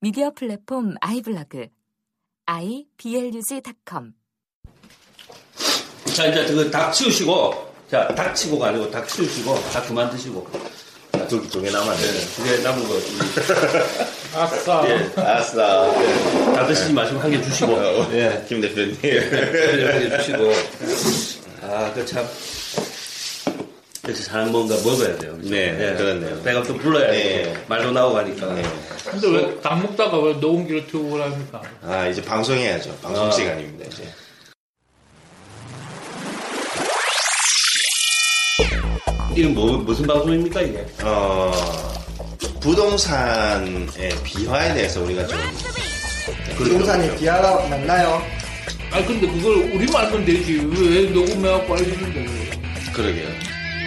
미디어 플랫폼 아이블로그 iblog.com 자 이제 그닭 치우시고 자닭 치고가 아니고 닭 치우시고 다 그만 드시고 아, 저기 저게 남았네. 그게 남은 거 좀- 아싸. 예. 아싸. 다 드시지 네. 마시고 한 개 주시고 네, 예. 김 대표님. 한 개 주시고 아그참 역시 사람 뭔가 먹어야 돼요 그죠? 네, 그렇네요. 배가 또 불러야 네. 돼요 말도 나오고 하니까 네. 근데 왜 닭 먹다가 왜 노홍기를 들고 오라 합니까? 아, 이제 방송해야죠. 방송 아. 시간입니다, 이제. 이게 뭐, 무슨 방송입니까 이게 어, 부동산의 비화에 대해서 우리가 좀. 부동산이 비하가 맞나요? 아 근데 그걸 우리만 알면 되지 왜 녹음해갖고 알려주는데 그러게요.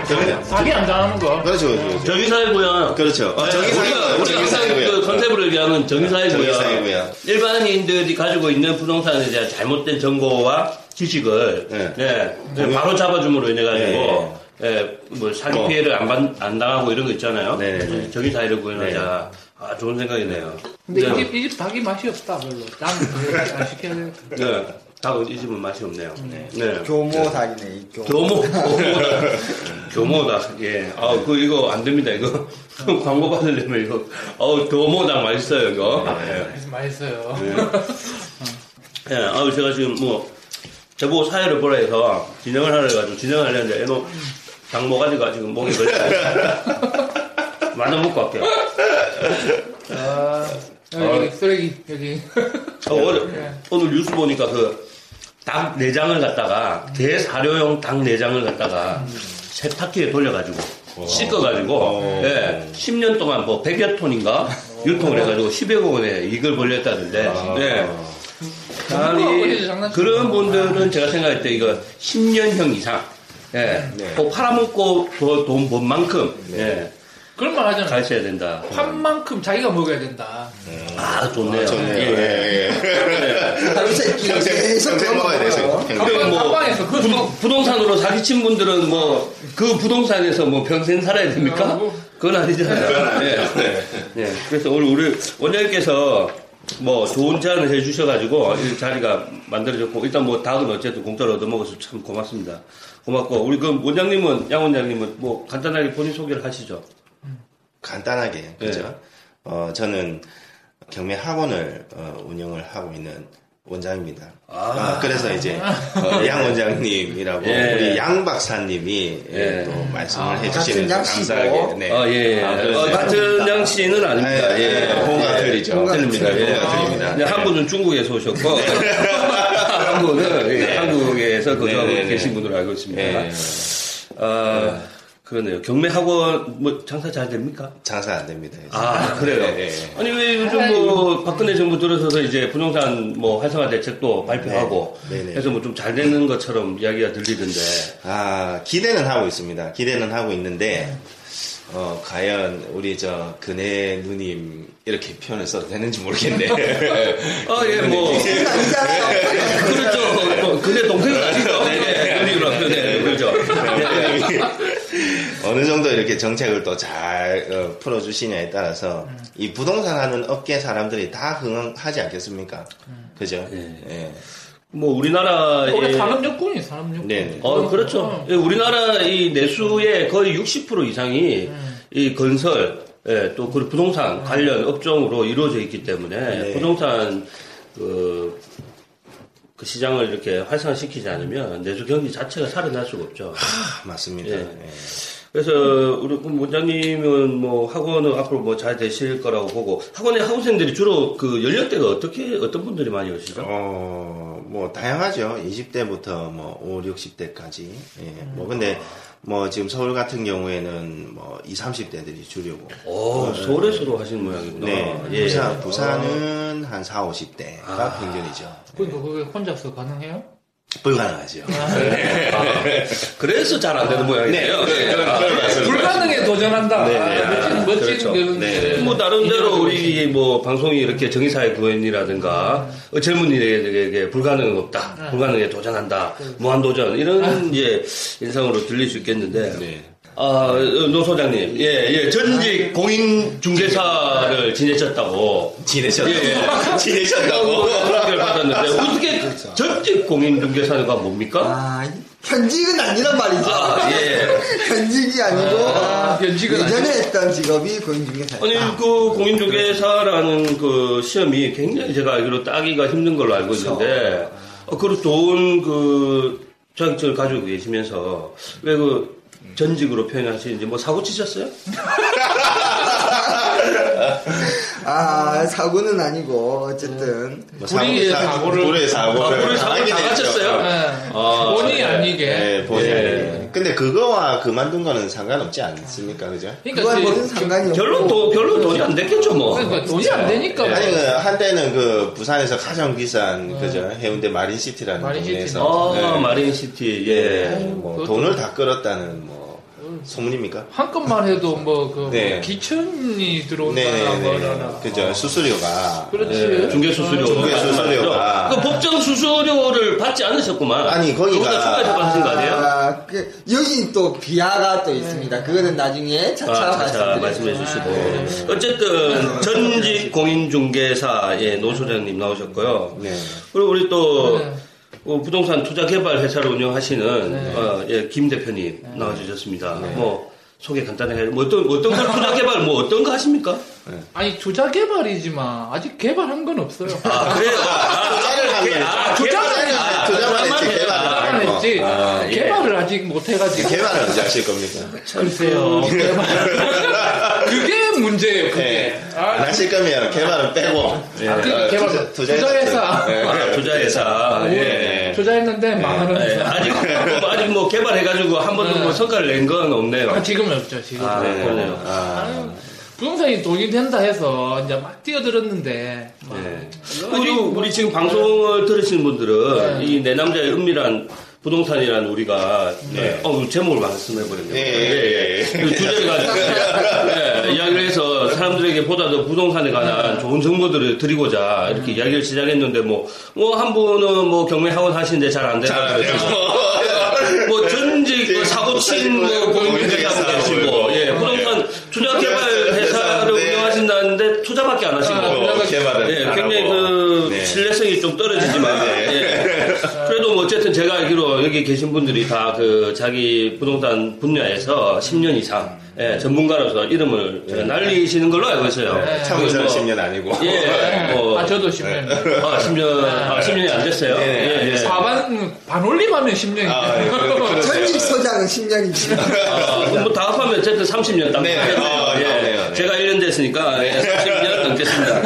어, 그거네요 저기 사기 안 당하는 거 그렇죠, 그렇죠. 정의사회고요 그렇죠. 어, 네, 정의사회고요. 우리가, 우리가 항상 정의사회고요. 그 컨셉으로 얘기하면 정의사회고요. 네, 정의사회고요. 일반인들이 가지고 있는 부동산에 대한 잘못된 정보와 지식을 네. 네, 네, 바로 잡아줌으로 인해 가지고 뭐 사기 뭐. 피해를 안, 받- 안 당하고 이런 거 있잖아요. 네네네. 네. 정의사회를 구현하자. 아 좋은 생각이네요. 근데 네. 이집 이집 닭이 맛이 없다 별로 닭안 시켜야 되겠다 네, 다고 이 집은 맛이 없네요. 네. 교모닭이네 이 교모. 교모, 교모다. 교모다. 예. 아, 그 이거 안 됩니다. 이거 광고 받으려면 이거 어우 교모다 맛있어요 이거. 네. 예. 그래서 맛있어요 네. 예, 아유, 제가 지금 뭐, 저보고 사회를 보라 해서 진행을 하려 해가지고 진행을 하려는데, 애노, 장모가지가 지금 목이 걸려. 많이 먹고 갈게요. 아, 여기 아. 쓰레기 여기 어, 오늘, 오늘 뉴스 보니까 그, 닭 내장을 갖다가, 개 사료용 닭 내장을 갖다가, 세탁기에 돌려가지고, 씻어가지고, 예, 10년 동안 뭐 100여 톤인가? 유통을 해가지고 10여 원에 이걸 벌렸다던데, 아. 네. 어디서 아니, 장난치는 그런 거구나. 분들은 제가 생각할 때 이거 10년형 이상, 예, 네. 꼭 팔아먹고 돈번 만큼, 예, 그런 말 하잖아 가르쳐야 된다. 판만큼 자기가 먹어야 된다 아, 좋네요. 음. 좋네요. 예, 예. 예, 예. 평생 계속 평생 먹어야 돼요. 먹어요. 평생. 그래, 그리고 뭐 팟빵에서 그거 좀- 부, 동산으로 사기친 분들은 뭐 그 부동산에서 뭐 평생 살아야 됩니까? 아이고. 그건 아니잖아요. 예. 예. 그래서 오늘 우리 원장님께서 뭐 좋은 제안을 해주셔가지고 이 자리가 만들어졌고 일단 뭐 닭은 어쨌든 공짜로 얻어먹어서 참 고맙습니다. 고맙고 우리 그 원장님은 양 원장님은 뭐 간단하게 본인 소개를 하시죠. 간단하게 그죠? 어 저는 경매 학원을 어, 운영을 하고 있는 원장입니다. 아, 그래서 이제 어, 양 원장님이라고 예. 우리 양 박사님이 예, 예. 또 말씀을 같은 해주시는 양씨고. 감사하게. 네. 아, 예. 아, 어, 그러세요. 같은 양 씨는 아닙니다. 아, 예, 예. 예. 홍가 틀리죠. 홍가 틀립니다. 예, 틀리죠. 홍가 틀립니다. 네, 한 분은 중국에서 오셨고 한 분은 예, 한국에서 거주하고 네, 네, 계신 네. 분으로 알고 있습니다. 예. 아 그러네요. 경매 학원 뭐 장사 잘 됩니까? 장사 안 됩니다. 이제. 아 그래요. 예, 예. 아니 왜 요즘 뭐 박근혜 정부 들어서서 이제 부동산 뭐 활성화 대책도 발표하고 네, 네. 해서 뭐 좀 잘 되는 것처럼 이야기가 들리던데. 아, 기대는 하고 있습니다. 기대는 하고 있는데, 어, 과연 우리 저 그네 누님 이렇게 표현을 써도 되는지 모르겠네. 아 예 뭐. 그렇죠. 뭐, 근데 동생은 아니죠. 네, 네, 네, 네, 그렇죠. 어느 정도 이렇게 정책을 또 잘 풀어주시냐에 따라서 이 부동산 하는 업계 사람들이 다 흥하지 않겠습니까? 그죠? 예. 뭐 우리나라의 원래 산업 여건이 산업 여건 네. 어, 그렇죠. 예, 우리나라 이 내수의 거의 60% 이상이 이 건설, 예, 또 그리고 부동산 관련 업종으로 이루어져 있기 때문에 부동산 그 그 시장을 이렇게 활성화시키지 않으면 내수 경기 자체가 살아날 수가 없죠. 아, 맞습니다. 예. 예. 그래서 우리 원장님은 뭐 학원은 앞으로 뭐 잘 되실 거라고 보고 학원에 학원생들이 주로 그 연령대가 어떻게 어떤 분들이 많이 오시죠? 어, 뭐, 다양하죠. 20대부터 뭐, 5, 60대까지. 뭐, 근데, 뭐, 지금 서울 같은 경우에는 뭐, 20, 30대들이 주려고. 오, 서울에서도 하시는 모양이구나. 네. 어. 예. 아. 부산, 부산은 한 4, 50대가 평균이죠. 그러니까 그게 혼자서 가능해요? 불가능하죠. 그래서 잘 안 되는 모양이네요. 예. 아. 그러니까 불가능에 도전한다. 네, 네. 아, 멋진, 멋진 그렇죠. 그런 네. 게 뭐 나름대로 우리 뭐 방송이 이렇게 정의사의 구현이라든가 어, 젊은이에게 불가능은 없다, 불가능에 도전한다, 무한 도전 이런 이제 인상으로 들릴 수 있겠는데. 아, 노 소장님, 예, 예, 전직 공인 중개사를 지내셨다고. 지내셨다고. 예. 지내셨다고. 소개를 받았는데 어떻게 전직 공인 중개사가 뭡니까? 아, 현직은 아니란 말이죠. 아, 예. 현직이 아니고 아, 아, 현직은 예전에 아니고. 했던 직업이 고인중개사였다. 아니 그 그렇죠. 공인중개사라는 그 시험이 굉장히 제가 알기로 따기가 힘든 걸로 알고 그렇죠. 있는데 어, 그리고 좋은 그 자격증을 가지고 계시면서 왜 그 전직으로 표현하시는지 뭐 사고 치셨어요? 아, 사고는 아니고 어쨌든 뭐 우리의 사- 사고를- 우리의 사고를. 그렇죠. 아, 우리의 사고를 당하게 다 됐죠. 갖췄어요? 네. 아, 본의 아니게. 예, 본의 예. 아니게. 근데 그거와 그만둔 거는 상관없지 않습니까? 그죠? 그러니까 그건 무슨 이제 상관이 없고 결론 도, 결론 돈이 안 됐겠죠 뭐. 그러니까 돈이 안 되니까. 아니 그 한때는 그 부산에서 가장 비싼 그죠 해운대 마린시티라는 마린시티. 동네에서 아 네. 마린시티 예. 뭐 그것도- 돈을 다 끌었다는 뭐 소문입니까? 한 건만 해도 뭐그 네. 기천이 들어온다나 뭐라나. 네네네 그죠 수수료가 그렇지. 예, 중개 수수료. 중개 수수료가. 아. 그 법정 수수료를 받지 않으셨구만. 아니, 거기가- 그거보다 추가해서 받으신 거 아니에요? 아, 그, 여기 또 비하가 또 있습니다. 그거는 나중에 차차 아, 자, 말씀해 말씀드릴게요. 주시고. 어쨌든, 전직 공인중개사, 예, 노 소장님 나오셨고요. 네. 그리고 우리 또, 네. 어, 부동산 투자 개발 회사를 운영하시는, 네. 어, 예, 김 대표님 나와주셨습니다. 뭐, 소개 간단하게. 뭐 어떤, 어떤 걸 투자 개발, 뭐 어떤 거 하십니까? 아니 투자 개발이지만 아직 개발한 건 없어요. 아, 그래요? 투자를 한 거예요. 아, 투자를 개발을 한 아, 거예요. 투자만 개발만 했지. 했지 개발을 안 개발만 했고. 했지 아, 예. 개발을 아직 못 해가지고 개발을 언제 하실 겁니까? 글쎄요. 개발. 그게 문제예요. 그게. 예. 안 아, 하실 거면 개발은 빼고 그 어, 개발 투자- 투자 투자회사. 뭐, 예. 아, 투자회사. 예. 투자했는데 망하는 예, 회사. 아직, 뭐, 아직 뭐 개발해가지고 한 번도 뭐 성과를 낸 건 없네요. 아, 지금은 없죠. 지금. 아, 네, 그러네요. 아, 부동산이 돈이 된다 해서 이제 막 뛰어들었는데 막 네. 여러 가지 그리고 뭐- 우리 지금 방송을 들으시는 분들은 네. 이 내 남자의 은밀한 부동산이라는 우리가 어, 제목을 말씀해 버렸네요. 예, 예, 예. 그 주제를 가지고 예, 이야기를 해서 사람들에게 보다 더 부동산에 관한 좋은 정보들을 드리고자 이렇게 이야기를 시작했는데 뭐, 뭐, 한 분은 뭐 경매 학원 하시는데 잘 안 되나 뭐 전직 뭐 사고 친뭐 공인중개사 계시고 예, 부동산 투자 개발 회사를 네. 운영하신다는데 투자밖에 안 하시고 아, 뭐 개발을 예, 안 굉장히 하고. 그 네. 신뢰성이 좀 떨어지지만 예. 그래도 뭐 어쨌든 제가 알기로 여기 계신 분들이 다 그 자기 부동산 분야에서 10년 이상 예, 전문가로서 이름을 제가 날리시는 걸로 알고 있어요. 네. 참은 그래서 저는 뭐- 10년 아니고 예, 뭐, 아 저도 10년 아, 10년, 아, 10년이 안 됐어요. 네, 예, 예. 사반 반올림하면 10년이에요 아, 예, 그렇죠. 그래, 그래. 전직 소장은 10년입니다. 아, 뭐 다 합하면 어쨌든 30년 딱 네, 네. 됐네요. 어, 예. 나오네요. 네. 제가 1년 됐으니까 예, 30년 넘겠습니다.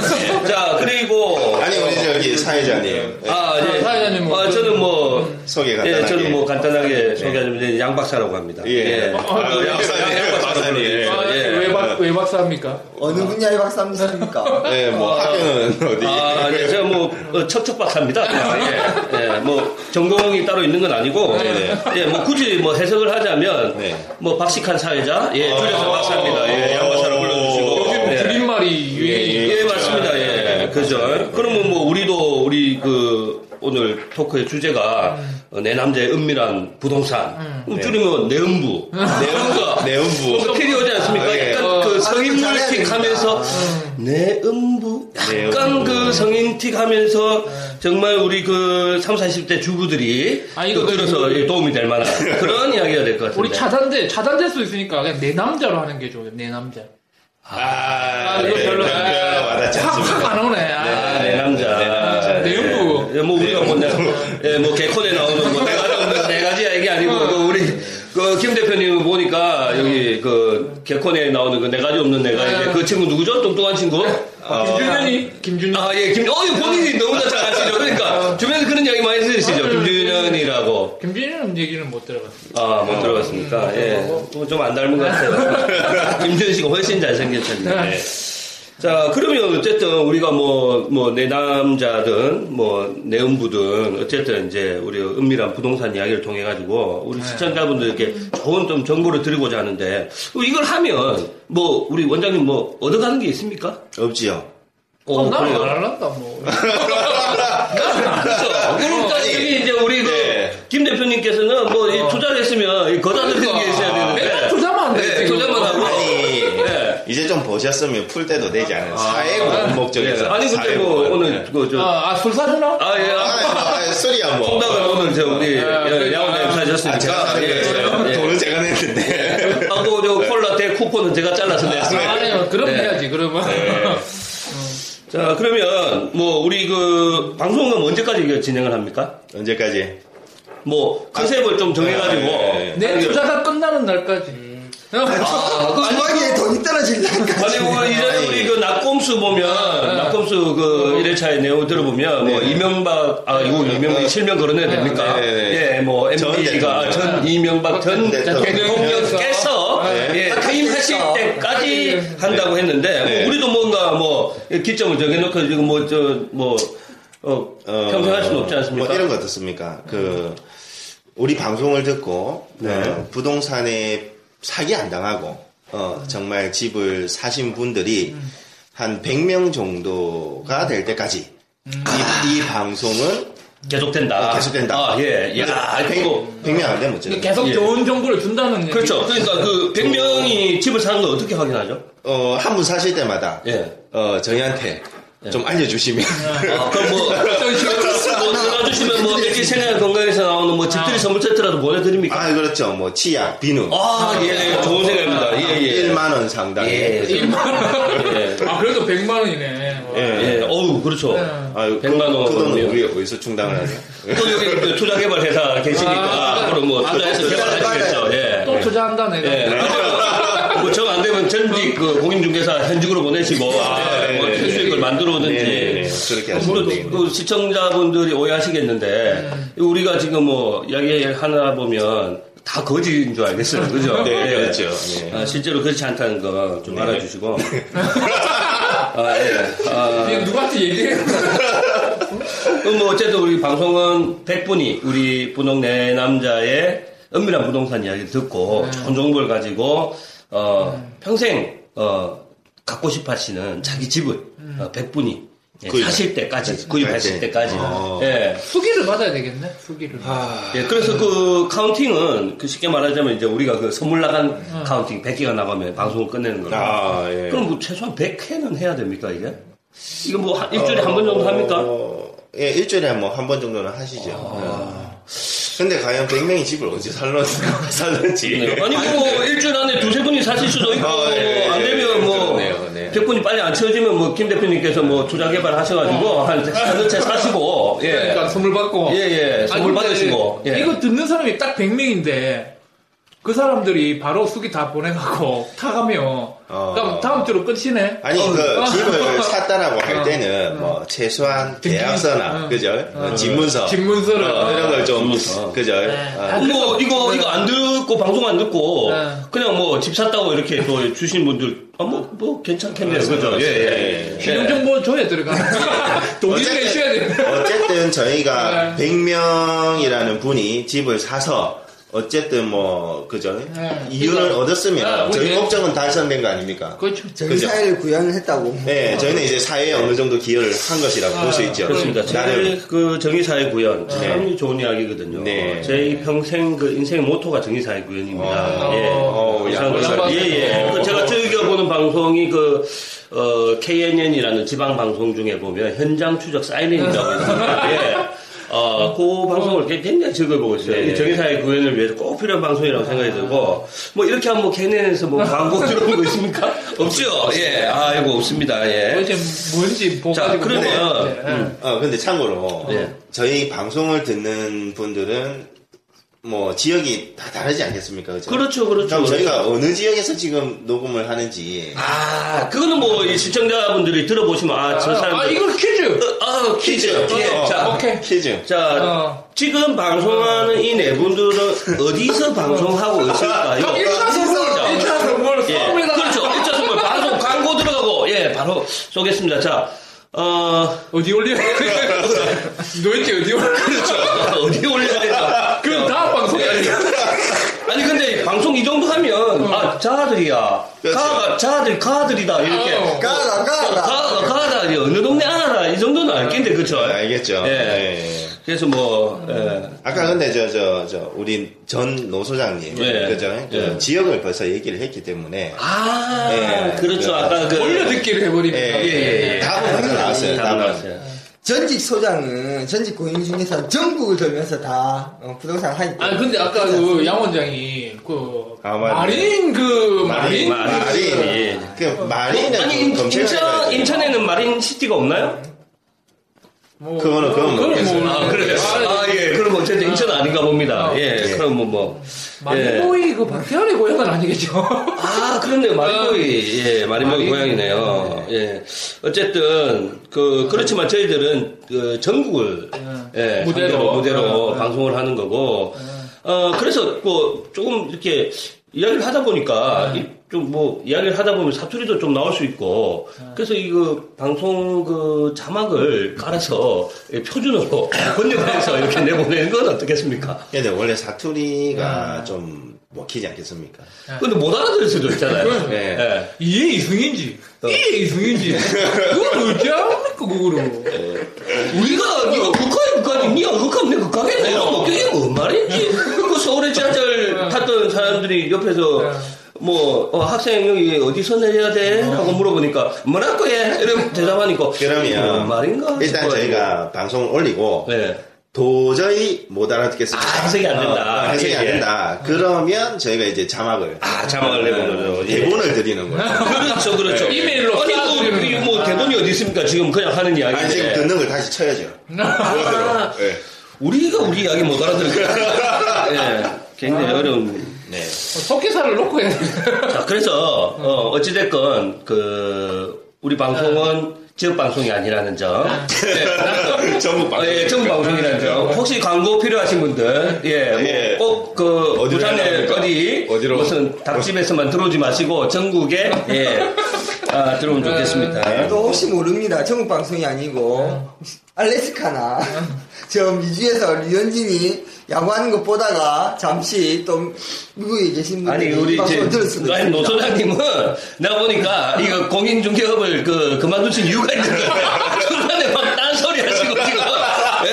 자, 그리고 아니 우리 저기 사회자님 아, 예. 사회자님 뭐 음. 아, 저는 뭐 소개 간단하게 예, 저는 뭐 간단하게 소개하자면 이제 양 박사라고 합니다. 예. 아, 양- 박사님, 양 박사라고 박사님. 불러요. 아, 예. 왜, 박, 왜 박사입니까? 어느 분야의 박사입니까? 예, 뭐 학교는 어디 아, 네, 제가 뭐, 어, 척척 박사입니다. 예, 예, 뭐, 전공이 따로 있는 건 아니고, 네. 예, 뭐, 굳이 뭐 해석을 하자면, 네. 어. 뭐, 박식한 사회자, 예, 줄여서 박사입니다. 예, 양 박사라고 불러주시고. 요즘 예. 줄임말이 유행이 예, 예, 맞습니다. 예, 그죠. 그러면 뭐, 우리도, 우리 그, 오늘 토크의 주제가, 어, 내 남자의 은밀한 부동산. 그럼 줄이면 내음부. 내음부. 내음부 필이 오지 않습니까? 아, 예. 약간 어. 그 성인물 잘해야 틱 됩니다. 하면서, 내 음부? 내 약간 음부. 그 성인 틱 하면서, 정말 우리 그 30, 40대 주부들이 아, 이거 또 그- 들어서 예, 도움이 될 만한 그런 이야기가 될 것 같습니다. 우리 차단돼 차단될 수 있으니까 그냥 내 남자로 하는 게 좋아요 내 남자 아, 이거 네, 별로 별- 별로 와닿지 않습니다. 확확안 오네. 아, 내 남자. 내용도. 예, 뭐 우리가 뭐 내가 예, 뭐 개콘에 나오는 뭐 내가 나오는 네 가지야 이게 아니고 그 우리 그 김 대표님 보니까 여기 그 개콘에 나오는 그 네 가지 없는 내가 이제 그 친구 누구죠? 뚱뚱한 친구? 어. 김준현이 아, 김준현. 아, 예, 김, 어, 이거 본인이 너무나 잘 아시죠? 그러니까, 주변에서 그런 이야기 많이 아, 네. 들으시죠? 김준현이라고. 김준현 얘기는 못 들어봤어요. 아, 못 들어봤습니까? 예. 좀 안 닮은 것 같아요. 김준현 씨가 훨씬 잘생겼었는데. 자, 그러면 어쨌든 우리가 뭐, 뭐, 내 남자든, 뭐, 내음부든, 어쨌든 이제 우리 은밀한 부동산 이야기를 통해가지고, 우리 시청자분들께 좋은 좀 정보를 드리고자 하는데, 이걸 하면, 뭐, 우리 원장님 뭐, 얻어가는 게 있습니까? 없지요. 어, 나는 그래요. 안 할란다, 뭐. 그렇죠. 그러니까 이게 이제 우리 네. 그 김 대표님께서는 뭐이 투자를 했으면 이 그러니까. 거다드리는 게 있어야 맨날 되는데 아, 투자만 안 돼, 네, 지금. 투자만 하고 아니, 네. 이제 좀 보셨으면 풀 때도 되지 않은 사회고 목적에서. 예. 아니 근데 뭐 사회고. 오늘 네. 그저아예 예. 아, 아, 술 사주나? 아, 아, 술이야 뭐. 통닭을 오늘 저 우리 예, 그러니까. 야원장님 아, 제가 사셨으니까 사는 예. 거였어요. 예. 돈은 제가 냈는데. 하고 저 콜라 대 쿠폰은 제가 잘라서 냈습니다. 아니요, 예. 그럼 네. 해야지, 그러면. 자 그러면 뭐 우리 그 방송은 언제까지 이거 진행을 합니까? 언제까지? 뭐 컨셉을 좀 정해가지고 네. 아, 내 투자가 끝나는 날까지. 아, 그 주머니에 돈이 떨어질 날까지. 아니, 뭐, 이전에 우리 그 낙검수 네. 보면, 낙검수 그 1회차의 내용 들어보면, 뭐, 이명박, 아, 이거 이명박 실명 거론해야 됩니까? 네, 네. 예, 뭐, 전 MB가 대통령. 전 이명박 전 대통령. 대통령께서, 네. 예, 퇴임하실 때까지 한다고 했는데, 네. 뭐 우리도 뭔가 뭐, 기점을 정해놓고 지금 뭐, 저, 뭐, 어, 어, 평생 할 수는 없지 않습니까? 뭐 이런 거 어떻습니까? 그 우리 방송을 듣고 네. 어, 부동산에 사기 안 당하고 어, 정말 집을 사신 분들이 한 100명 정도가 될 때까지 이, 이 방송은 계속된다. 계속된다. 음. 아, 예. 야, 그리고. 100, 명안 되면 어쩌 그러니까 계속 예. 좋은 정보를 준다는 얘기. 그렇죠. 그러니까 그 100명이 집을 사는 걸 어떻게 확인하죠? 어, 한 분 사실 때마다 예. 어, 저희한테 좀 알려주시면 아, 그럼 뭐, 뭐 들어주시면 뭐, 이렇게 생활 건강에서 나오는 뭐, 집들이 선물 세트라도 보내드립니까? 아 그렇죠 뭐 치약 비누 아, 예, 예, 좋은 생각입니다. 예, 예. 1만 원 상당의 예, 그죠? 아, 그래도 100만 원이네. 와. 예. 예, 어우, 그렇죠. 아유, 그- 100만 원. 그 돈은 우리 어디서 충당을 하냐? 또 여기 그 투자개발 회사 계시니까, 아, 그럼 뭐, 투자해서 투자 개발하시겠죠. 예. 또 투자한다, 내가. 예. 네. 뭐, 정 안 되면 전직 그 공인중개사 현직으로 보내시고, 아, 네, 뭐, 네, 수익을 네. 만들어 네, 네, 네. 오든지. 그렇게 하시면 물론 되겠네요. 그 시청자분들이 오해하시겠는데 네. 우리가 지금 뭐 이야기 하나 보면 다 거짓인 줄 알겠어요, 그죠? 네, 예. 그렇죠. 네. 아, 실제로 그렇지 않다는 거 좀 알아주시고. 아, 예. 아, 이게 누구한테 얘기해? 그럼 뭐 어쨌든 우리 방송은 100분이 우리 분홍 내 남자의 은밀한 부동산 이야기 네. 듣고 좋은 정보를 가지고 어, 평생 어, 갖고 싶어 하시는 자기 집을 어, 100분이 예, 네. 구입할- 사실 때까지 구입하실 때. 때까지 어. 예. 후기를 받아야 되겠네, 후기를. 예, 그래서 그 카운팅은 그 쉽게 말하자면 이제 우리가 그 선물 나간 음. 카운팅 100개가 나가면 방송을 끝내는 거예요. 아, 예. 그럼 뭐 최소한 100회는 해야 됩니까 이게? 이거 뭐 한- 일주일에 한 번 정도 합니까? 어, 예, 일주일에 뭐 한 번 정도는 하시죠. 아. 예. 근데 과연 100명이 집을 어디 살러, 살는지. 네. 아니 뭐 일주일 안에 두세 분이 사실 수도 있고 아, 예, 뭐, 안 예, 되면 예, 뭐 그러네요, 네. 100분이 빨리 안 채워지면 뭐 김 대표님께서 뭐 투자 개발 하셔가지고 어. 한 한두 채 사시고 예. 그러니까 선물 받고. 예, 예. 선물 아니, 근데 받으시고. 예. 이거 듣는 사람이 딱 100명인데 그 사람들이 바로 수기 다 보내갖고 타가며 어. 그럼 다음 주로 끝이네. 아니, 그, 어. 집을 샀다라고 어. 할 때는, 뭐, 최소한 등기. 계약서나, 어. 그죠? 어, 집문서. 집문서를. 어, 이런 걸 좀, 집문서. 그죠? 아, 어, 뭐 이거 이거 안 듣고 방송 안 듣고 네. 그냥 뭐 집 샀다고 이렇게 또 주신 분들 아뭐뭐 괜찮겠네요 그죠 예예 신용정보 조회 들어가는 돈이 어쨌든- 내셔야 돼. 어쨌든 저희가 100명이라는 분이 집을 사서, 어쨌든 뭐, 그죠? 네. 이윤을 그러니까- 네, 얻었으면, 우리 저희 네. 목적은 달성된 거 아닙니까? 그렇죠. 저희 그죠? 사회를 구현을 했다고. 네, 저희는 이제 사회에 어느 정도 기여를 한 것이라고 볼 수 있죠. 그렇습니다. 나름. 제일 그 정의사회 구현 참 좋은 이야기거든요. 네. 제 평생 그 인생 모토가 정의사회 구현입니다. 어. 예. 어, 그래서 양보 그- 양보하세요. 예, 예. 그 제가 즐겨보는 방송이 그 KNN이라는 지방 방송 중에 보면 현장 추적 사이렌이라고 있습니다. 예. 어, 그 방송을 굉장히 즐겨보고 있어요. 이 정의사의 구현을 위해서 꼭 필요한 방송이라고 생각이 들고, 뭐, 이렇게 하면 뭐, 걔네에서 뭐, 광고 들어오는 거 있습니까? 없죠. 예. 아, 이거 없습니다. 예. 도대체 뭔지 보고 예. 자, 그러면, 음, 어, 근데 참고로 예. 저희 방송을 듣는 분들은 뭐 지역이 다 다르지 않겠습니까? 그죠? 그렇죠, 그렇죠. 그럼 그렇죠. 저희가 어느 지역에서 지금 녹음을 하는지 아, 그거는 뭐, 이 시청자분들이 들어보시면, 아, 저 사람. 아, 이거 퀴즈! 아, 퀴즈. 예. 어, 자, 오케이. 퀴즈. 자, 어. 지금 방송하는 이 네 분들은 어디서 방송하고 있을까요? 그럼 1차 자, 선물, 1차 선물, 예, 선물에다가. 그렇죠. 1차 선물 방송 광고 들어가고 예, 바로 쏘겠습니다. 자, 어, 어디 올려? 도대체 어디 올려? 그렇죠. 어디 올려야 되나? 그럼 다음 방송이 아니야? 아니 근데 방송 이 정도 어. 하면 아 자아들이야. 그렇죠. 가 자아들 가아들이다 이렇게. 어. 가라 가라 가 가다 어느 동네 알아라 이 정도는 알겠는데 그렇죠. 알겠죠. 예. 예. 그래서 뭐 예. 아까 근데 저 저 저 우리 전 노 소장님 예. 그죠? 그 예. 지역을 벌써 얘기를 했기 때문에 아 예. 그렇죠. 아까 그 올려듣기를 해버리면. 예, 예, 예. 답은 다 나왔어요. 다 답은. 나왔어요. 전직 소장은 전직 고인 중에서 전국을 돌면서 다 어, 부동산 하니까 아니 근데 아까 그 양 원장이 그 아, 맞네. 마린 그 마린, 마린, 마린, 예. 그 마린은 아니 인, 검찰 인천 인천에는 마린 시티가 없나요? 뭐, 그거는 그건 모르겠어요. 아, 그래요? 아, 예. 그럼 어쨌든 인천 아닌가 봅니다. 예. 그럼 뭐, 뭐. 예. 마린보이 그 박태환의 고향은 아니겠죠? 아, 그렇네요. 마리모이. 예, 마리모이 고향이네요. 예. 어쨌든, 그, 그렇지만 저희들은 그 전국을, 예, 무대로. 상대로 네. 무대로 예, 예. 방송을 하는 거고, 어, 그래서 뭐, 조금 이렇게 이야기를 하다 보니까, 이- 좀 뭐, 이야기를 하다 보면 사투리도 좀 나올 수 있고, 그래서 이거 방송 그 자막을 깔아서 예, 표준어로 번역해서 이렇게 내보내는 건 어떻겠습니까? 근데 원래 사투리가 아. 좀 먹히지 않겠습니까? 근데 못 알아들을 수도 있잖아요. 그럼요. 예. 이게 이승인지 이게 이승인지 그걸 어찌 합니까 그거를 우리가 니가 극하에 극하니 니가 극하면 내가 극하겠네 이러면 어떻게 뭔 말인지 그 서울의 네. 지하철 탔던 사람들이 옆에서 뭐 어, 학생 여기 어디서 내려야 돼? 하고 물어보니까 뭐라고 해? 이러면 대답하니까 그러면 뭔뭐 말인가? 일단 싶어가지고. 저희가 방송을 올리고 네. 도저히 못 알아듣겠습니다. 아, 해석이 안 된다. 어, 해석이 예, 안 예. 된다. 그러면 저희가 이제 자막을 아, 자막을 내보는 거죠. 예. 대본을 드리는 거예요. 그렇죠 그렇죠 네. 이메일로 아니 쏴주는 뭐, 이게 거야. 뭐 대본이 어디 있습니까 지금 그냥 하는 아니 지금 이야기인데 듣는 걸 다시 쳐야죠. 어, 아, 예. 우리가 우리 이야기 못 알아들으니까 예, 굉장히 어려운 네. 속기사를 놓고 해야 돼 자, 그래서 어, 어찌됐건 그 우리 방송은 지역 방송이 아니라는 점, 네, 전국 어, 방송. 예, 정부 방송이라는 점. 혹시 광고 필요하신 분들, 예. 예, 뭐꼭그 어디로 해야 부산에 합니까? 어디 어디로? 무슨 닭집에서만 들어오지 마시고 전국에 예, 아, 들어오면 좋겠습니다. 또 혹시 모릅니다. 전국 방송이 아니고 네. 혹시 알래스카나 저 미주에서 류현진이 야구하는 것 보다가 잠시 또 미국에 계신 분들이 아니 이 우리 방송을 들을 수도 이제 아니 노 있습니다. 소장님은 내가 보니까 이거 공인중개업을 그 그만두신 이유가 있는 거야. 중간에 막 딴소리 하시고 지금.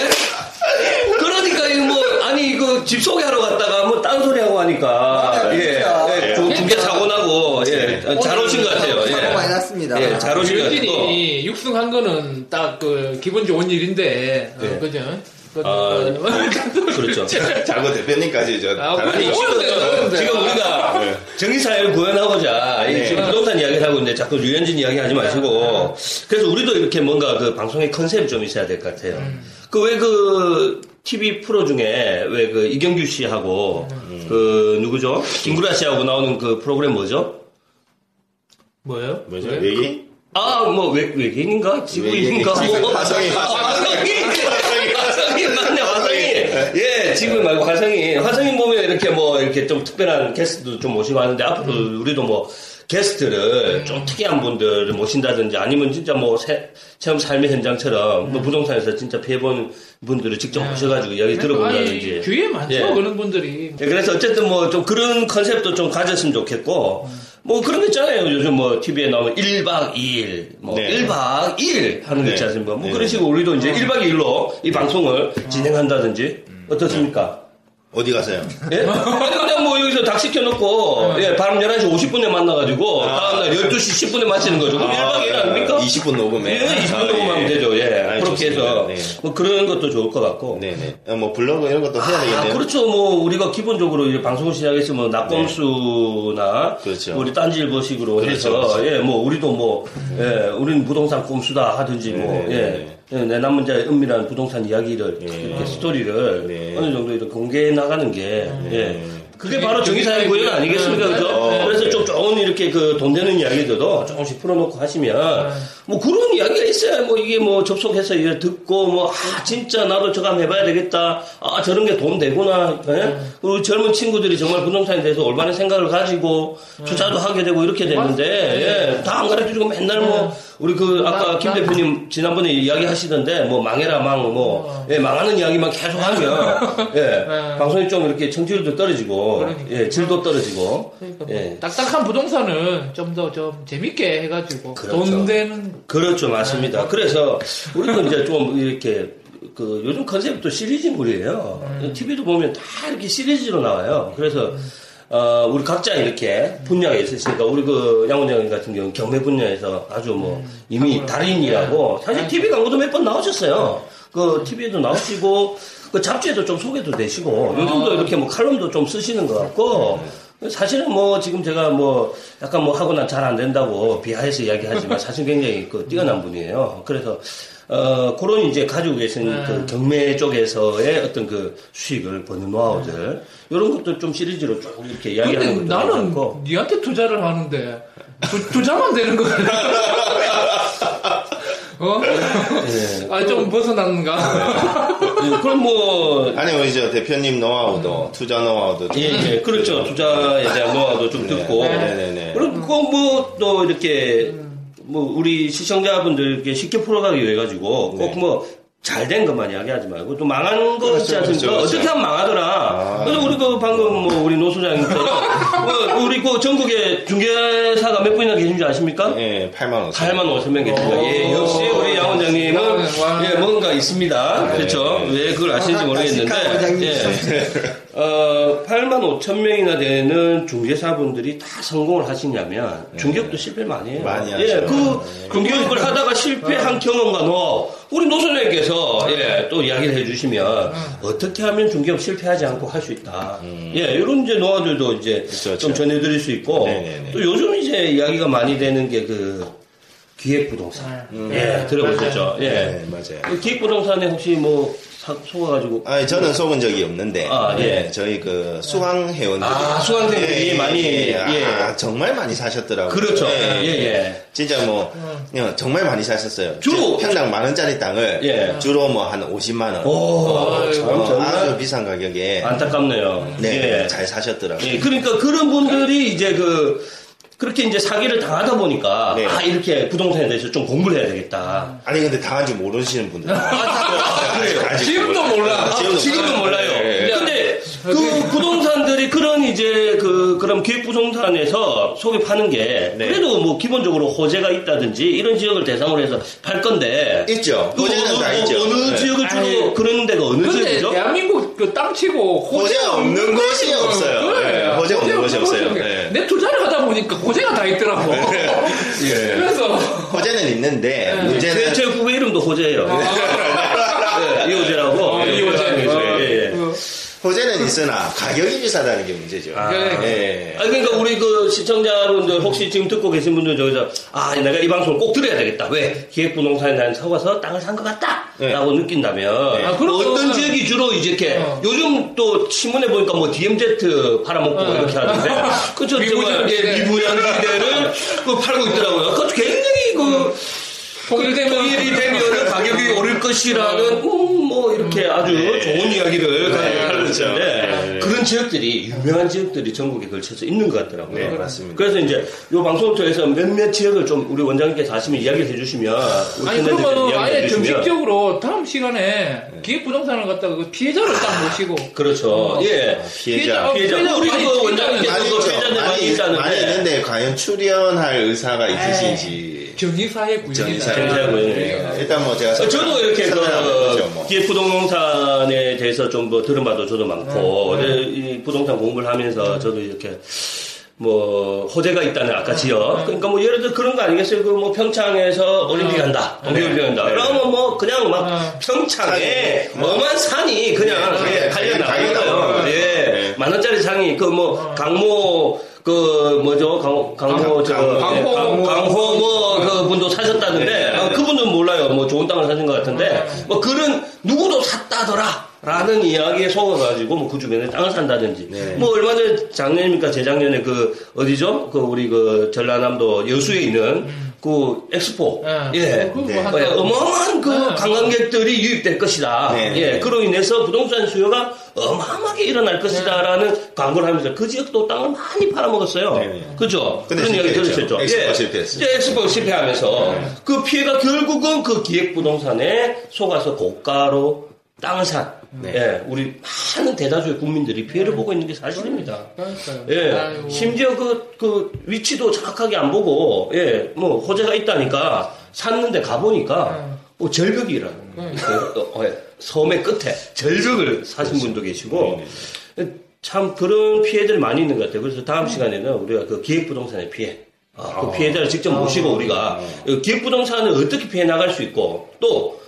예? 그러니까 이거 뭐 아니 이거 집 소개하러 갔다가 뭐 딴소리 하고 하니까 맞아요, 네, 예, 진짜. 예, 중- 중개 사고 나고 예, 잘 오신 것 같아요. 네. 어, 사고 예. 많이 났습니다. 예, 잘 오신 것 같고. 유진이 육승한 거는 딱 그 기분 좋은 일인데 어, 네. 그죠? 그- 아, 그렇죠. 자고 대표님까지 저 아, 다른 그래요? 거. 어려운데요, 네. 지금 어려운데요. 우리가 정의사회를 구현하고자 이 지금 부동산 이야기를 하고 있는데 자꾸 유현진 이야기 하지 마시고 그래서 우리도 이렇게 뭔가 그 방송의 컨셉이 좀 있어야 될 것 같아요. 그 왜 그 TV 프로 중에 왜 그 이경규 씨하고 음. 그 누구죠? 김구라 씨하고 나오는 그 프로그램 뭐죠? 뭐예요? 뭐죠? 그래? 외기? 아, 뭐, 외, 외계인인가? 지구인인가? 외계인. 뭐. 화성이, 아, 화성이! 화성이. 화성이, 맞네, 화성이! 예, 지구인 말고 화성이. 화성이 보면 이렇게 뭐, 이렇게 좀 특별한 게스트도 좀 모시고 하는데, 앞으로 우리도 뭐, 게스트를 좀 특이한 분들을 모신다든지, 아니면 진짜 뭐, 새, 체험 삶의 현장처럼, 뭐 부동산에서 진짜 피해본 분들을 직접 모셔가지고 이야기 들어본다든지. 네. 아니, 귀에 많죠 예. 그런 분들이 예, 그래서 어쨌든 뭐 좀 그런 컨셉도 좀 가졌으면 좋겠고, 뭐 그런 거 있잖아요. 요즘 뭐 TV에 나오면 1박 2일, 뭐 네. 1박 2일 하는 거 있지 네. 않습니까? 뭐 네. 그런 식으로 우리도 이제 1박 2일로 이 방송을 진행한다든지 어떻습니까? 어디 가세요? 예? 아니, 그냥 뭐 여기서 닭 시켜놓고, 예, 밤 11시 50분에 만나가지고, 아. 다음날 12시 10분에 마치는 거죠. 그럼 1박 아, 2일 아닙니까? 어, 20분 녹음에. 아, 예, 20분 정도만 하면 되죠. 예. 그렇게 해서. 네. 뭐 그런 것도 좋을 것 같고. 네네. 어, 뭐 블로그 이런 것도 해야 아, 되겠네요. 그렇죠. 뭐 우리가 기본적으로 이제 방송을 시작했으면 낙검수나 뭐 그렇죠. 우리 딴지일보식으로 그렇죠, 해서 그렇죠. 음. 예, 뭐 우리도 뭐 예, 우리는 부동산 꼼수다 하든지 뭐 네, 예. 네. 예, 내 남문자의 은밀한 부동산 이야기를 이렇게 스토리를 네. 어느 정도 이렇게 공개해 나가는 게 예. 그게 그게 바로 정의사회 구현 아니겠습니까? 네, 그죠? 네. 그래서 좀 좋은 이렇게 그 돈 되는 이야기들도 조금씩 풀어놓고 네. 하시면 뭐 그런 이야기가 있어야 뭐 이게 뭐 접속해서 이거 듣고 뭐 아, 진짜 나도 저거 한번 해봐야 되겠다. 아, 저런 게 돈 되구나. 예? 네. 그리고 젊은 친구들이 정말 부동산에 대해서 올바른 생각을 가지고 네. 투자도 하게 되고 이렇게 되는데 예. 다 안 가르쳐 주고 맨날 네. 뭐 우리 그 아까 김 대표님 지난번에 이야기 하시던데 뭐 망해라 망 뭐 네. 예, 망하는 이야기만 계속 하면 예, 방송이 좀 이렇게 청취율도 떨어지고 그러니까. 예, 질도 떨어지고 그러니까 뭐 예. 딱딱한 부동산은 좀 더 좀 재밌게 해가지고 그렇죠. 돈 되는 그렇죠, 맞습니다. 그래서 우리도 이제 좀 이렇게 그 요즘 컨셉도 시리즈물이에요. TV도 보면 다 이렇게 시리즈로 나와요. 그래서 어, 우리 각자 이렇게 분야가 있으니까 우리 그 양원장 같은 경우 는 경매 분야에서 아주 뭐 이미 달인이라고 사실 TV 광고도 몇 번 나오셨어요. 그 TV에도 나오시고 그 잡지에도 좀 소개도 되시고 요즘도 이렇게 뭐 칼럼도 좀 쓰시는 것 같고 사실은 뭐 지금 제가 뭐 약간 뭐 하고 난 잘 안 된다고 비하해서 이야기하지만 사실 굉장히 그 뛰어난 분이에요. 그래서 어 그런 이제 가지고 계신 네. 그 경매 쪽에서의 어떤 그 수익을 버는 노하우들 이런 것도 좀 시리즈로 쭉 이렇게 네. 근데 이야기하는 것도 나는 괜찮고. 니한테 투자를 하는데 투, 투자만 되는 거야 어? 아 좀 벗어났는가 예, 그럼 뭐 아니, 우리 저 대표님 노하우도, 투자 노하우도. 좀- 예, 예, 그렇죠. 투자에 대한 노하우도 좀 듣고. 네네네. 그리고 뭐, 또 이렇게, 뭐, 우리 시청자분들께 쉽게 풀어가기 위해 가지고, 꼭 뭐, 잘 된 것만 이야기하지 말고, 또 망한 거 있지 그렇죠, 않습니까? 그렇죠, 어떻게 하면 망하더라. 그래서 우리 그 방금 뭐, 우리 노소장님처럼, 뭐 우리 그 전국에 중개사가 몇 분이나 계신 줄 아십니까? 예, 8만 5천. 8만 5천 명 계십니다. 예, 역시 우리 양 원장님은 와. 예, 뭔가 있습니다. 그렇죠? 왜 그걸 아시는지 모르겠는데. 시카 원장님. 예. 어, 8만 5천 명이나 되는 중개사분들이 다 성공을 하시냐면 중개업도 실패 많이 해요. 네. 많이 예, 하죠. 네. 그 중개업을 하다가 실패한 경험과 노하우 우리 노선생님께서 네. 예, 또 이야기를 해주시면 어떻게 하면 중개업 실패하지 않고 할 수 있다. 예, 이런 이제 노하우들도 이제 음. 그렇죠, 좀 그렇죠. 전해드릴 수 있고 네네네. 또 요즘 이제 이야기가 많이 되는 게 그 기획부동산. 예, 들어보셨죠? 예. 음. 네, 맞아요. 기획부동산에 혹시 뭐 사- 속아가지고 아니, 저는 속은 적이 없는데. 아, 예. 예, 저희 그 수강 회원들이. 아, 예, 수강생들이 많이, 예. 아, 정말 많이 사셨더라고요. 그렇죠. 예, 예, 예. 진짜 뭐 그냥 정말 많이 사셨어요. 주로! 평당 만 원짜리 땅을 예. 주로 뭐 한 50만 원. 아, 오, 참, 어, 아주 정말 비싼 가격에 안타깝네요. 네, 예. 잘 사셨더라고요. 예, 그러니까 그런 분들이 이제 그 그렇게 이제 사기를 당하다 보니까 네. 아 이렇게 부동산에 대해서 좀 공부를 해야 되겠다. 아니 근데 당한 줄 모르시는 아, 분들. 그래요? 아직 지금도 몰라. 아, 지금도, 지금은 몰라요. 예, 예. 근데 그 부동산들이 그런 이제 그 그런 기획 부동산에서 소개하는 게 네. 그래도 뭐 기본적으로 호재가 있다든지 이런 지역을 대상으로 해서 팔 건데 있죠. 그 호재는 어느- 다 있죠. 어느 네. 지역을 주로 아니, 그런 데가 어느 근데 지역이죠? 대한민국 그 땅치고 호재 없는 곳이 없어요. 네, 호재 없는 곳이 없어요. 네. 내 투자를 하다 보니까 호재가 다 있더라고 그래서 호재는 예. 있는데 제, 네, 문제는 예. 제 후배 이름도 호재예요. 네, 이호재라고. 어, 예, 아. 이호재. 호재라고 어. 해서, 예, 예. 호재는 있으나 가격이 비싸다는 게 문제죠. 그러니까. 예. 아 그러니까 우리 그 시청자분들 혹시 지금 듣고 계신 분들 저기서 아 내가 이 방송을 꼭 들어야 되겠다 왜 기획부동산에 난 사와서 땅을 산 것 네. 같다라고 느낀다면 아, 그럼 어떤 그거는- 지역이 주로 이제 이렇게 어. 요즘 또 신문에 보니까 뭐 DMZ 팔아먹고 어. 이렇게 하는데 그쵸 미분양 정말 예, 시대. 미분양 시대를 그 팔고 있더라고요 그것도 굉장히 음. 그 통일되면 통일이 되면 가격이 오를 것이라는 음, 뭐 이렇게 아주 좋은 이야기를 가지고 그렇죠. 있는데 네. 그런 지역들이 유명한 지역들이 전국에 걸쳐서 있는 것 같더라고요. 네, 맞습니다. 그래서 이제 요 방송을 통해서 몇몇 지역을 좀 우리 원장님께서 아시면 이야기를 해주시면 우리 아니 팬들에게 그러면 이야기를 아예 해주시면 정식적으로 다음 시간에 기획부동산을 갖다가 그 피해자를 딱 모시고 그렇죠. 예. 어, 피해자. 피해자. 피해자 우리 많이 그 있다는 원장님께서 거. 그 많이 있죠. 피해자들 많이 많이 있다는데 네. 많이 있는데 과연 출연할 의사가 있으신지. 정의사회 구현이다. 정의사회 정의사회 구현이에요. 네. 일단 뭐 제가 네. 어, 저도 이렇게 설명하는 거죠, 뭐. 그 기획부동산에 대해서 좀 뭐 들은 바도 저도 많고 네, 이제 네. 이 부동산 공부를 하면서 네. 저도 이렇게 뭐 호재가 있다는 아까 네. 지역 그러니까 뭐 예를 들어 그런 거 아니겠어요 그 뭐 평창에서 올림픽 한다 동계올림픽 한다 아. 네. 그러면 뭐 그냥 막 어. 평창에 엄한 산이 그냥 네, 그게 네, 달려 네, 당연히 나와요 나와요. 예 네. 만 원짜리 상이 그 뭐 강모 그 뭐죠 강, 강모 강- 저 강호. 예, 강- 강호 뭐그 분도 사셨다는데 네, 네, 아, 네. 그분은 몰라요 뭐 좋은 땅을 사신 것 같은데 뭐 그런 누구도 샀다더라 라는 이야기에 속아가지고 뭐 그 주변에 땅을 산다든지 네. 뭐 얼마 전에 작년입니까 재작년에 그 어디죠 그 우리 그 전라남도 여수에 있는 그 엑스포 네. 예 그거 뭐 네. 어, 예, 한다고. 어마어마한 그 네. 관광객들이 유입될 것이다. 네. 예, 그로 인해서 부동산 수요가 어마어마하게 일어날 것이다라는 네. 광고를 하면서 그 지역도 땅을 많이 팔아먹었어요. 네. 그죠? 근데 그런 이야기 실패했죠. 네. 들으셨죠? 엑스포 예. 실패했어요. 예, 엑스포 실패하면서 그 피해가 결국은 그 기획 부동산에 속아서 고가로 땅을 산 네. 예, 우리 많은 대다수의 국민들이 네. 피해를 보고 있는 게 사실입니다. 그러니까요. 예. 아이고. 심지어 그, 그 위치도 정확하게 안 보고, 예, 뭐, 호재가 있다니까, 샀는데 네. 가보니까, 뭐, 절벽이라는. 그, 어, 예, 섬의 끝에 절벽을 사신 분도 계시고, 참 그런 피해들이 많이 있는 것 같아요. 그래서 다음 네. 시간에는 우리가 그 기획부동산의 피해, 아, 그 피해자를 직접 아. 모시고 우리가 그 기획부동산을 어떻게 피해 나갈 수 있고, 또,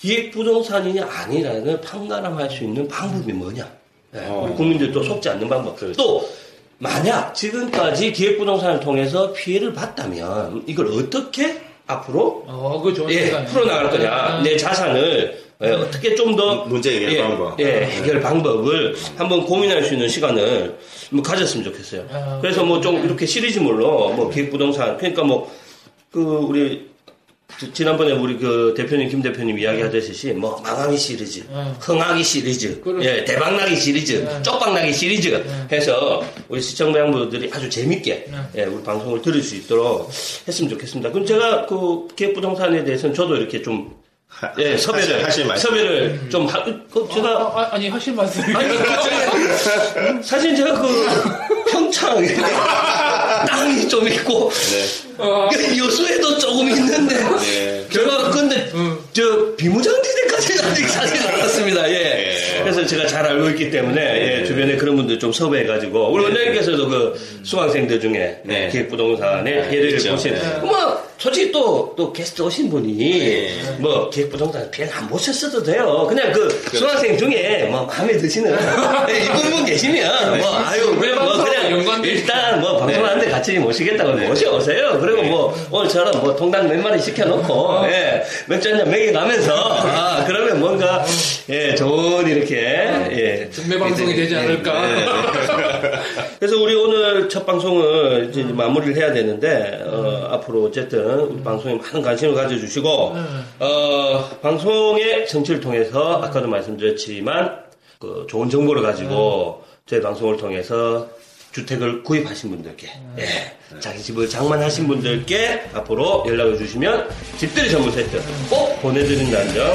기획부동산이 아니라는 판가름할 수 있는 방법이 뭐냐. 네. 예, 우리 국민들 또 속지 않는 방법. 또 만약 지금까지 기획부동산을 통해서 피해를 봤다면 이걸 어떻게 앞으로 어, 그거 좋은 예, 생각이네. 풀어나갈 거냐. 네. 내 자산을 예, 어떻게 좀 더 음, 예, 문제 해결 방법. 네. 해결 방법을 한번 고민할 수 있는 시간을 뭐 가졌으면 좋겠어요. 아, 그래서 뭐 좀 이렇게 시리즈물로 뭐 기획부동산 그러니까 뭐 그 우리 지- 지난번에 우리 그 대표님 김 대표님 이야기하듯이 뭐 망하기 시리즈, 네. 흥하기 시리즈, 그렇죠. 예. 예, 대박나기 시리즈, 쪽박나기 시리즈 해서 우리 시청자 여러분들이 아주 재밌게 예, 우리 방송을 들을 수 있도록 했으면 좋겠습니다. 그럼 제가 그 기획부동산에 대해서는 저도 이렇게 좀 하- 예, 섭외를 아, 하실, 하실 말씀. 섭외를 음. 좀 하, 그 제가 아, 아, 아니 하실 말씀. 아니, 저- 사실 제가 그 평창에 땅이 좀 있고 네. 어, 그 여수에도 조금 있는데 네. 제가 근데 저 비무장지대까지는 아직 사진 않았습니다. 예. 예. 그래서 제가 잘 알고 있기 때문에 네. 예, 주변에 그런 분들 좀 섭외해가지고 우리 원장님께서도 그 수강생들 중에 네. 기획부동산의 네, 피해를 있죠. 보신 네. 뭐 솔직히 또, 또 게스트 오신 분이 네. 뭐 기획부동산 피해를 안 보셨어도 돼요. 그냥 그 그렇죠. 수강생 중에 뭐 마음에 드시는 네. 예, 이쁜 분 계시면 뭐 아유 그냥 뭐 그냥 연관돼 일단 뭐 네. 방송하는데 같이 모시겠다고 모셔오세요. 그리고 뭐 오늘처럼 뭐 통닭 몇 마리 어. 시켜놓고 예, 맥주 한잔 먹여가면서 아, 그러면 뭔가 예, 좋은 이렇게 어. 예, 중매 방송이 되지 않을까. 그래서 우리 오늘 첫 방송을 이제 마무리를 해야 되는데 어, 앞으로 어쨌든 우리 방송에 많은 관심을 가져주시고 어, 방송의 정치를 통해서 아까도 말씀드렸지만 그 좋은 정보를 가지고 저희 방송을 통해서 주택을 구입하신 분들께 예, 자기 집을 장만하신 분들께 앞으로 연락을 주시면 집들이 전문 세트 꼭 보내드린다는 점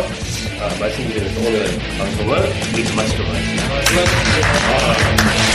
아, 말씀드려서 오늘 방송을 이렇게 마치도록 하겠습니다. 수고하셨습니다. 감사합니다.